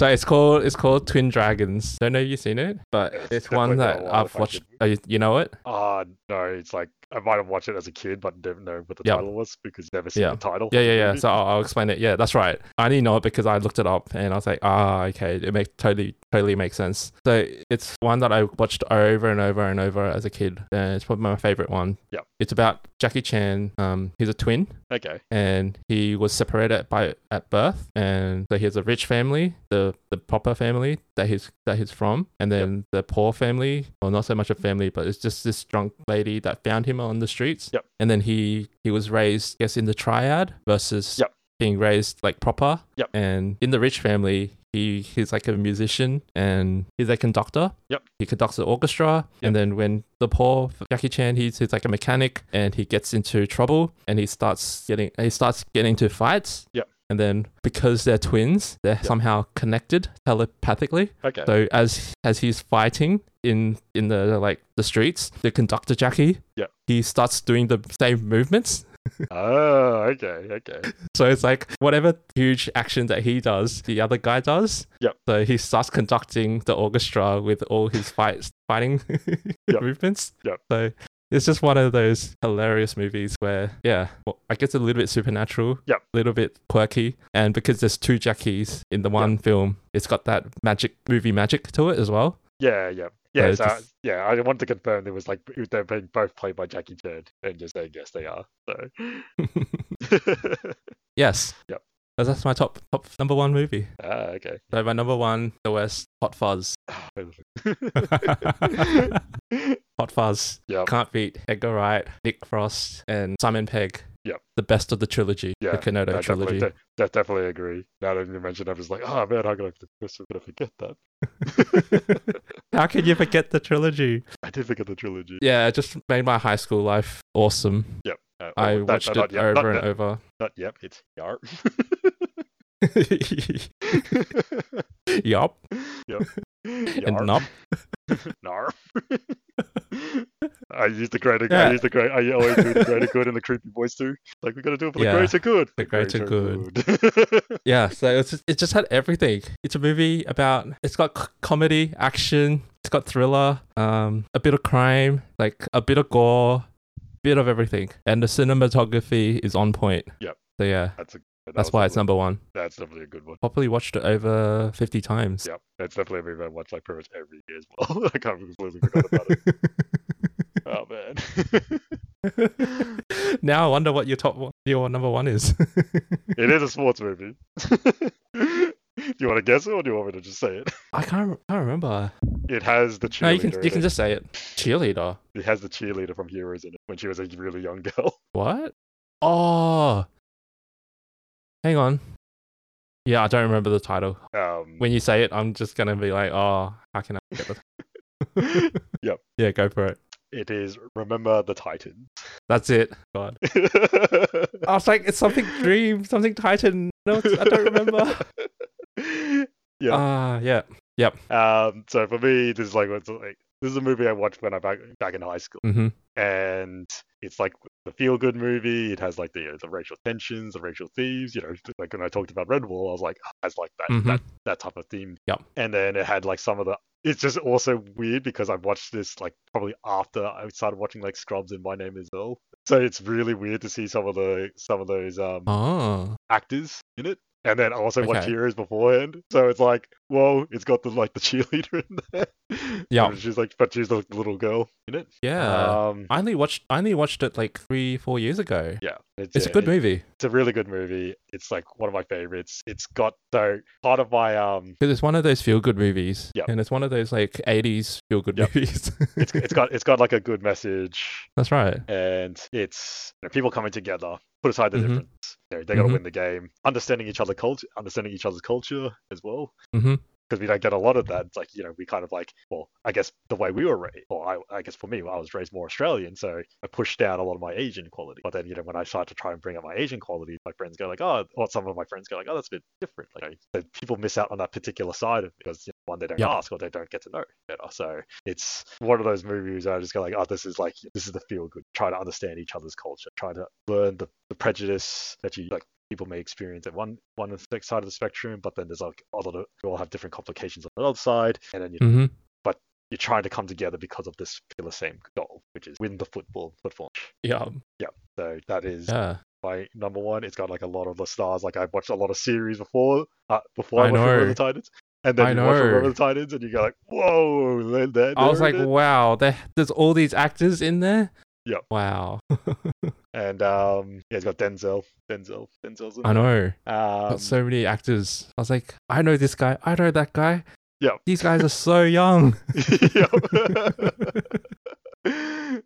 A: So it's called it's called Twin Dragons. Don't know if you've seen it, but
B: It's
A: it's, one
B: definitely
A: that
B: been a while
A: I've
B: if I
A: watched.
B: could-
A: Oh, you, you know it?
B: Ah, no, it's like I might have watched it as a kid, but didn't know what the
A: Yeah.
B: title was because never seen
A: Yeah.
B: the title.
A: Yeah, yeah, yeah. So I'll, I'll explain it. Yeah, that's right. I only know it because I looked it up and I was like, ah, okay, it makes totally totally makes sense. So it's one that I watched over and over and over as a kid, and it's probably my favorite one.
B: Yeah.
A: It's about Jackie Chan. Um, he's a twin,
B: Okay.
A: and he was separated by at birth and so he has a rich family the the proper family that he's that he's from and then the poor family well not so much a family but it's just this drunk lady that found him on the streets
B: Yep.
A: and then he he was raised I guess in the triad versus
B: Yep.
A: being raised like proper
B: Yep.
A: and in the rich family He he's like a musician and he's a conductor.
B: Yep.
A: He conducts the orchestra,
B: Yep.
A: and then when the poor Jackie Chan, he's he's like a mechanic, and he gets into trouble, and he starts getting he starts getting into fights.
B: Yep.
A: And then because they're twins, they're somehow connected telepathically.
B: Okay.
A: So as as he's fighting in in the like the streets, the conductor Jackie,
B: Yep.
A: he starts doing the same movements.
B: oh, okay, okay.
A: So it's like whatever huge action that he does, the other guy does.
B: Yep.
A: So he starts conducting the orchestra with all his fights, fighting
B: Yep.
A: movements.
B: Yep.
A: So it's just one of those hilarious movies where, yeah, well, I guess a little bit supernatural,
B: Yep.
A: a little bit quirky, and because there's two Jackies in the one film, it's got that magic movie magic to it as well.
B: Yeah, yeah. Yeah,
A: it's
B: so,
A: just-
B: yeah, I wanted to confirm it was like they're being both played by Jackie Chan, and just saying yes, they are. So,
A: yes.
B: Yep.
A: So That's my top top number one movie.
B: ah, okay.
A: So my number one, the West, Hot Fuzz. Hot Fuzz.
B: yeah,
A: Can't beat Edgar Wright, Nick Frost, and Simon Pegg.
B: Yep.
A: The best of the trilogy,
B: Yeah,
A: the Kenoto
B: I definitely,
A: trilogy.
B: de- de- definitely agree. Now that you mentioned, I was like, oh man, I'm gonna, I'm gonna forget that.
A: How can you forget the trilogy?
B: I did forget the trilogy.
A: Yeah, it just made my high school life awesome.
B: Yep. Uh,
A: I
B: oh, not-
A: watched it
B: not- not yet,
A: over
B: not,
A: and over.
B: Not, not yep, it's yarp.
A: yup.
B: yarp.
A: And nope.
B: Nar. I use the greater. I
A: Yeah.
B: use the great. I always do the greater good and the creepy voice too. Like we gotta do it for the
A: Yeah,
B: greater good.
A: the greater
B: good.
A: Yeah, so it's just, it just had everything. It's a movie about it's got c- comedy, action, it's got thriller, um, a bit of crime, like a bit of gore, bit of everything, and the cinematography is on point.
B: Yep.
A: So yeah,
B: that's a. that
A: that's
B: was
A: why it's
B: definitely-
A: number one.
B: That's definitely a good one.
A: Probably watched it over fifty times.
B: Yeah, that's definitely a movie I watch like pretty much every year as well. I can't completely forgot about it. Oh man,
A: now I wonder what your top one, your number one is.
B: it is a sports movie. do you want to guess it or do you want me to just say it?
A: I can't, can't remember.
B: It has the cheerleader.
A: No, you can
B: in
A: you can
B: it.
A: just say it. Cheerleader.
B: It has the cheerleader from Heroes in it when she was a really young girl.
A: What? Oh. Hang on. Yeah, I don't remember the title.
B: Um,
A: When you say it, I'm just gonna be like, oh, how can I get the
B: Yep.
A: Yeah, go for it.
B: it is Remember the Titans.
A: That's it. God. I was like, it's something Dream, something Titan. No, it's, I don't remember.
B: yeah.
A: Ah, yeah.
B: um. So for me, this is like, it's like this is a movie I watched when I back back in high school,
A: Mm-hmm.
B: and it's like the feel good movie. It has like the the racial tensions, the racial themes. You know, like when I talked about Redwall, I was like, "Ah, it's like that
A: Mhm.
B: that that type of theme.
A: Yep.
B: And then it had like some of the. It's just also weird because I watched this like probably after I started watching like Scrubs and My Name Is Earl. So it's really weird to see some of the some of those um
A: Oh.
B: actors in it, and then I also watch
A: Okay.
B: Heroes beforehand. So it's like, whoa, it's got the like the cheerleader in there.
A: Yeah.
B: And she's like, but she's the little girl in it.
A: Yeah.
B: Um,
A: I only watched I only watched it like three, four years ago.
B: yeah, it's,
A: It's
B: yeah,
A: a good
B: it-
A: movie.
B: It's a really good movie. It's like one of my favorites. It's got so part of my um,
A: Because it's one of those feel good movies.
B: Yep.
A: And it's one of those like 80s feel good
B: Yep.
A: movies.
B: it's it's got it's got like a good message,
A: That's right.
B: and it's you know, people coming together. Put aside the
A: Mhm.
B: difference. You know, they got to
A: Mhm.
B: win the game. Understanding each other culture, understanding each other's culture as well.
A: Mm-hmm.
B: because we don't get a lot of that. It's like you know, we kind of like, well, I guess the way we were raised, well, I, I guess for me, I was raised more Australian, so I pushed down a lot of my Asian quality. But then you know, when I start to try and bring up my Asian quality, my friends go like, oh, or some of my friends go like, oh, that's a bit different. Like you know, that people miss out on that particular side of it because you know, one they don't
A: Yeah.
B: ask or they don't get to know better. So it's one of those movies where I just go like, oh, this is like this is the feel good. Try to understand each other's culture. Try to learn the, the prejudice that you like people may experience at one one side of the spectrum, but then there's like a lot of we all have different complications on the other side, and then you,
A: Mm-hmm.
B: you're trying to come together because of this particular same goal, which is win the football football.
A: Yeah.
B: So that is
A: Yeah.
B: my number one. It's got like a lot of the stars. Like I watched a lot of series before uh, before I,
A: I
B: watched Remember
A: know.
B: the Titans, and then
A: I
B: you watch
A: know.
B: Remember the Titans, and you go like, whoa! There, there,
A: I was
B: there
A: like,
B: it is.
A: wow, there, there's all these actors in there.
B: Yep.
A: Wow.
B: and um, yeah, it's got Denzel, Denzel, Denzel's in
A: I know.
B: it. Um,
A: Got so many actors. I was like, I know this guy. I know that guy.
B: Yep.
A: These guys are so young.
B: Yep.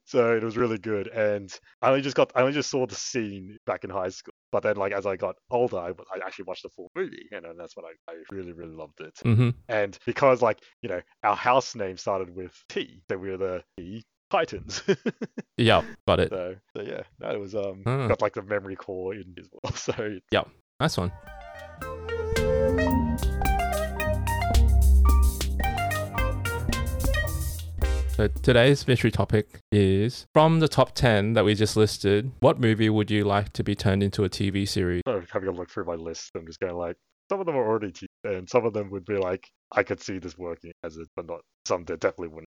B: so it was really good. And I only just got, I only just saw the scene back in high school. But then, like as I got older, I, I actually watched the full movie, and, and that's when I, I really, really loved it.
A: Mm-hmm.
B: And because, like you know, our house name started with T, so we were the T Titans.
A: Yeah, got it.
B: so, so yeah, no, it was um
A: Ah.
B: got like the memory core in as well. So it-
A: Nice one. So today's mystery topic is from the top 10 that we just listed, what movie would you like to be turned into a TV series?
B: I was having a look through my list, I'm just going like some of them are already cheap, and some of them would be like I could see this working as it, but not some that definitely wouldn't.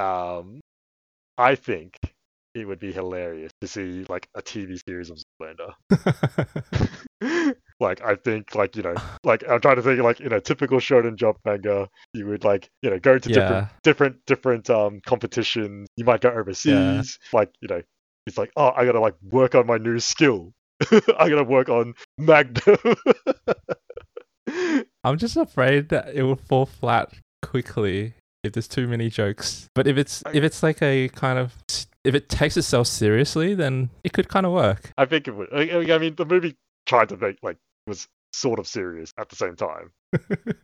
B: Um, I think it would be hilarious to see like a TV series of Zoolander. like I think like you know like I'm trying to think like in a typical Shonen Jump manga, you would like you know go to different
A: yeah.
B: different different um competitions. You might go overseas. Like you know, it's like oh, I gotta like work on my new skill. I gotta work on Magnum.
A: I'm just afraid that it will fall flat quickly if there's too many jokes. But if it's
B: I-
A: if it's like a kind of if it takes itself seriously, then it could kind of work.
B: I think it would. I, I- I mean, the movie tried to make like was sort of serious at the same time.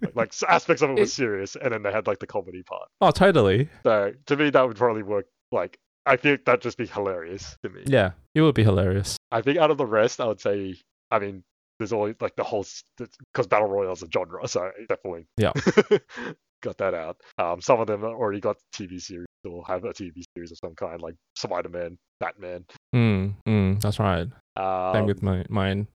B: Like, like s- aspects of it was
A: It-
B: serious, and then they had like the comedy part.
A: Oh, totally.
B: So to me, that would probably work. Like I think that'd just be hilarious to me.
A: Yeah, it would be hilarious.
B: I think out of the rest, I would say, I mean, there's always like the whole because battle royals a genre, so it definitely
A: Yeah.
B: got that out. Um, some of them already got TV series or have a TV series of some kind, like Spider Man, Batman.
A: Mm, mm, that's right.
B: Um,
A: Same with my, mine.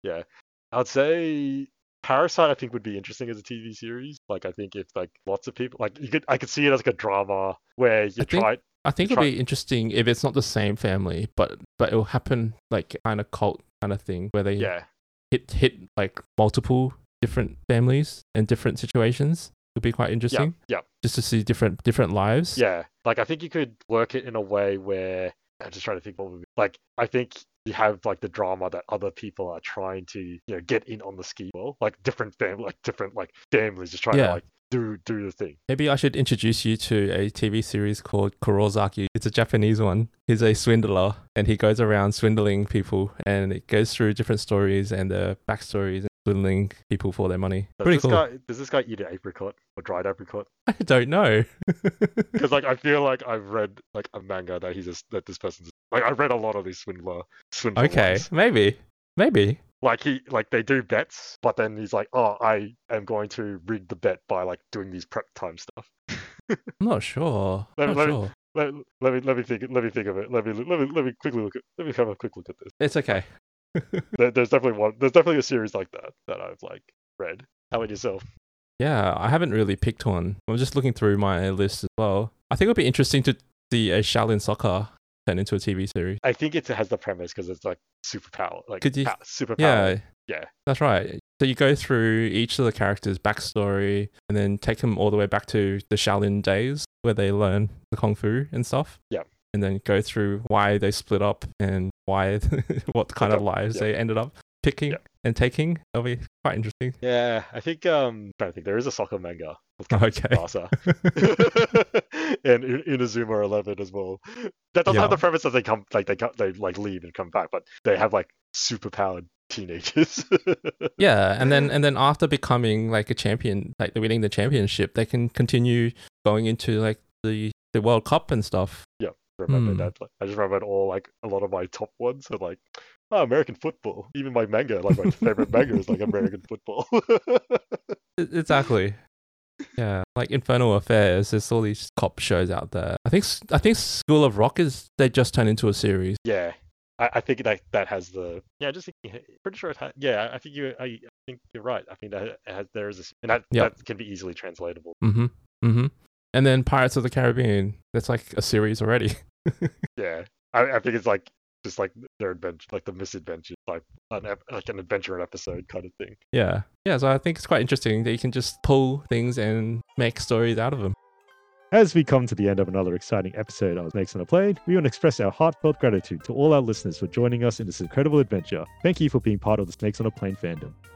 B: I'd say Parasite, I think, would be interesting as a TV series. Like, I think if like lots of people, like you could, I could see it as like a drama where you
A: think-
B: try.
A: I think it'll
B: try-
A: be interesting if it's not the same family, but but it'll happen like kind of cult kind of thing where they
B: Yeah,
A: hit hit like multiple different families and different situations. It'll be quite
B: yeah,
A: interesting
B: yeah.
A: just to see different different lives.
B: Yeah, like I think you could work it in a way where I'm just trying to think what would be like. I think you have like the drama that other people are trying to you know get in on the ski world, like different fam, like different like families just trying
A: Yeah.
B: to like do do the thing.
A: Maybe I should introduce you to a TV series called Kurozaki. It's a Japanese one. He's a swindler and he goes around swindling people and it goes through different stories and the backstories and swindling people for their money.
B: Does
A: Pretty
B: this
A: cool.
B: guy does this guy eat an apricot or dried apricot?
A: I don't know.
B: Because like I feel like I've read like a manga that he's just that this person's like I read a lot of these swindler swindler.
A: okay,
B: ones.
A: maybe. Maybe.
B: Like he like they do bets, but then he's like, oh, I am going to rig the bet by like doing these prep time stuff.
A: I'm not sure.
B: Let-
A: Not
B: let me-
A: sure.
B: let, let me let me think let me think of it. Let me let me let me quickly look at let me have a quick look at this.
A: It's okay.
B: There, there's definitely one. There's definitely a series like that that I've like read. How about yourself?
A: Yeah, I haven't really picked one. I'm just looking through my list as well. I think it'll be interesting to see a Shaolin Soccer turn into a TV series.
B: I think it has the premise because it's like superpower, like
A: Could you-
B: pa- superpower.
A: Yeah.
B: Yeah.
A: That's right. So you go through each of the characters' backstory and then take them all the way back to the Shaolin days where they learn the kung fu and stuff.
B: Yeah.
A: And then go through why they split up and why, what kind of
B: up,
A: lives
B: yeah.
A: they ended up picking
B: Yeah.
A: and taking. That'll be quite interesting.
B: Yeah, I think um, i trying to think. There is a soccer manga called
A: Oh, Okay.
B: Tsubasa. and In- Inazuma Eleven as well. That doesn't
A: Yeah.
B: have the premise that they come, like they come, they like leave and come back, but they have like superpowered teenagers.
A: yeah and then and then after becoming like a champion like winning the championship they can continue going into like the the world cup and stuff
B: remember
A: Hmm.
B: that. Like, I just remembered all like a lot of my top ones are like oh, American football. Even my manga, like my favorite manga is like American football.
A: E- exactly yeah like infernal affairs there's all these cop shows out there i think s- i think school of rock is they just turned into a series
B: yeah, I, I think that that has the yeah. I just think pretty sure it has. Yeah, I think you. I, I think you're right. I think that it has, there is a s- and that
A: Yeah.
B: that can be easily translatable.
A: mm-hmm mm-hmm and then pirates of the caribbean that's like a series already
B: Yeah, I, I think it's like just like their adventure, like the misadventure, like an ep- like an adventure and episode kind of thing.
A: yeah yeah so i think it's quite interesting that you can just pull things and make stories out of them
C: As we come to the end of another exciting episode of Snakes on a Plane, we want to express our heartfelt gratitude to all our listeners for joining us in this incredible adventure. Thank you for being part of the Snakes on a Plane fandom.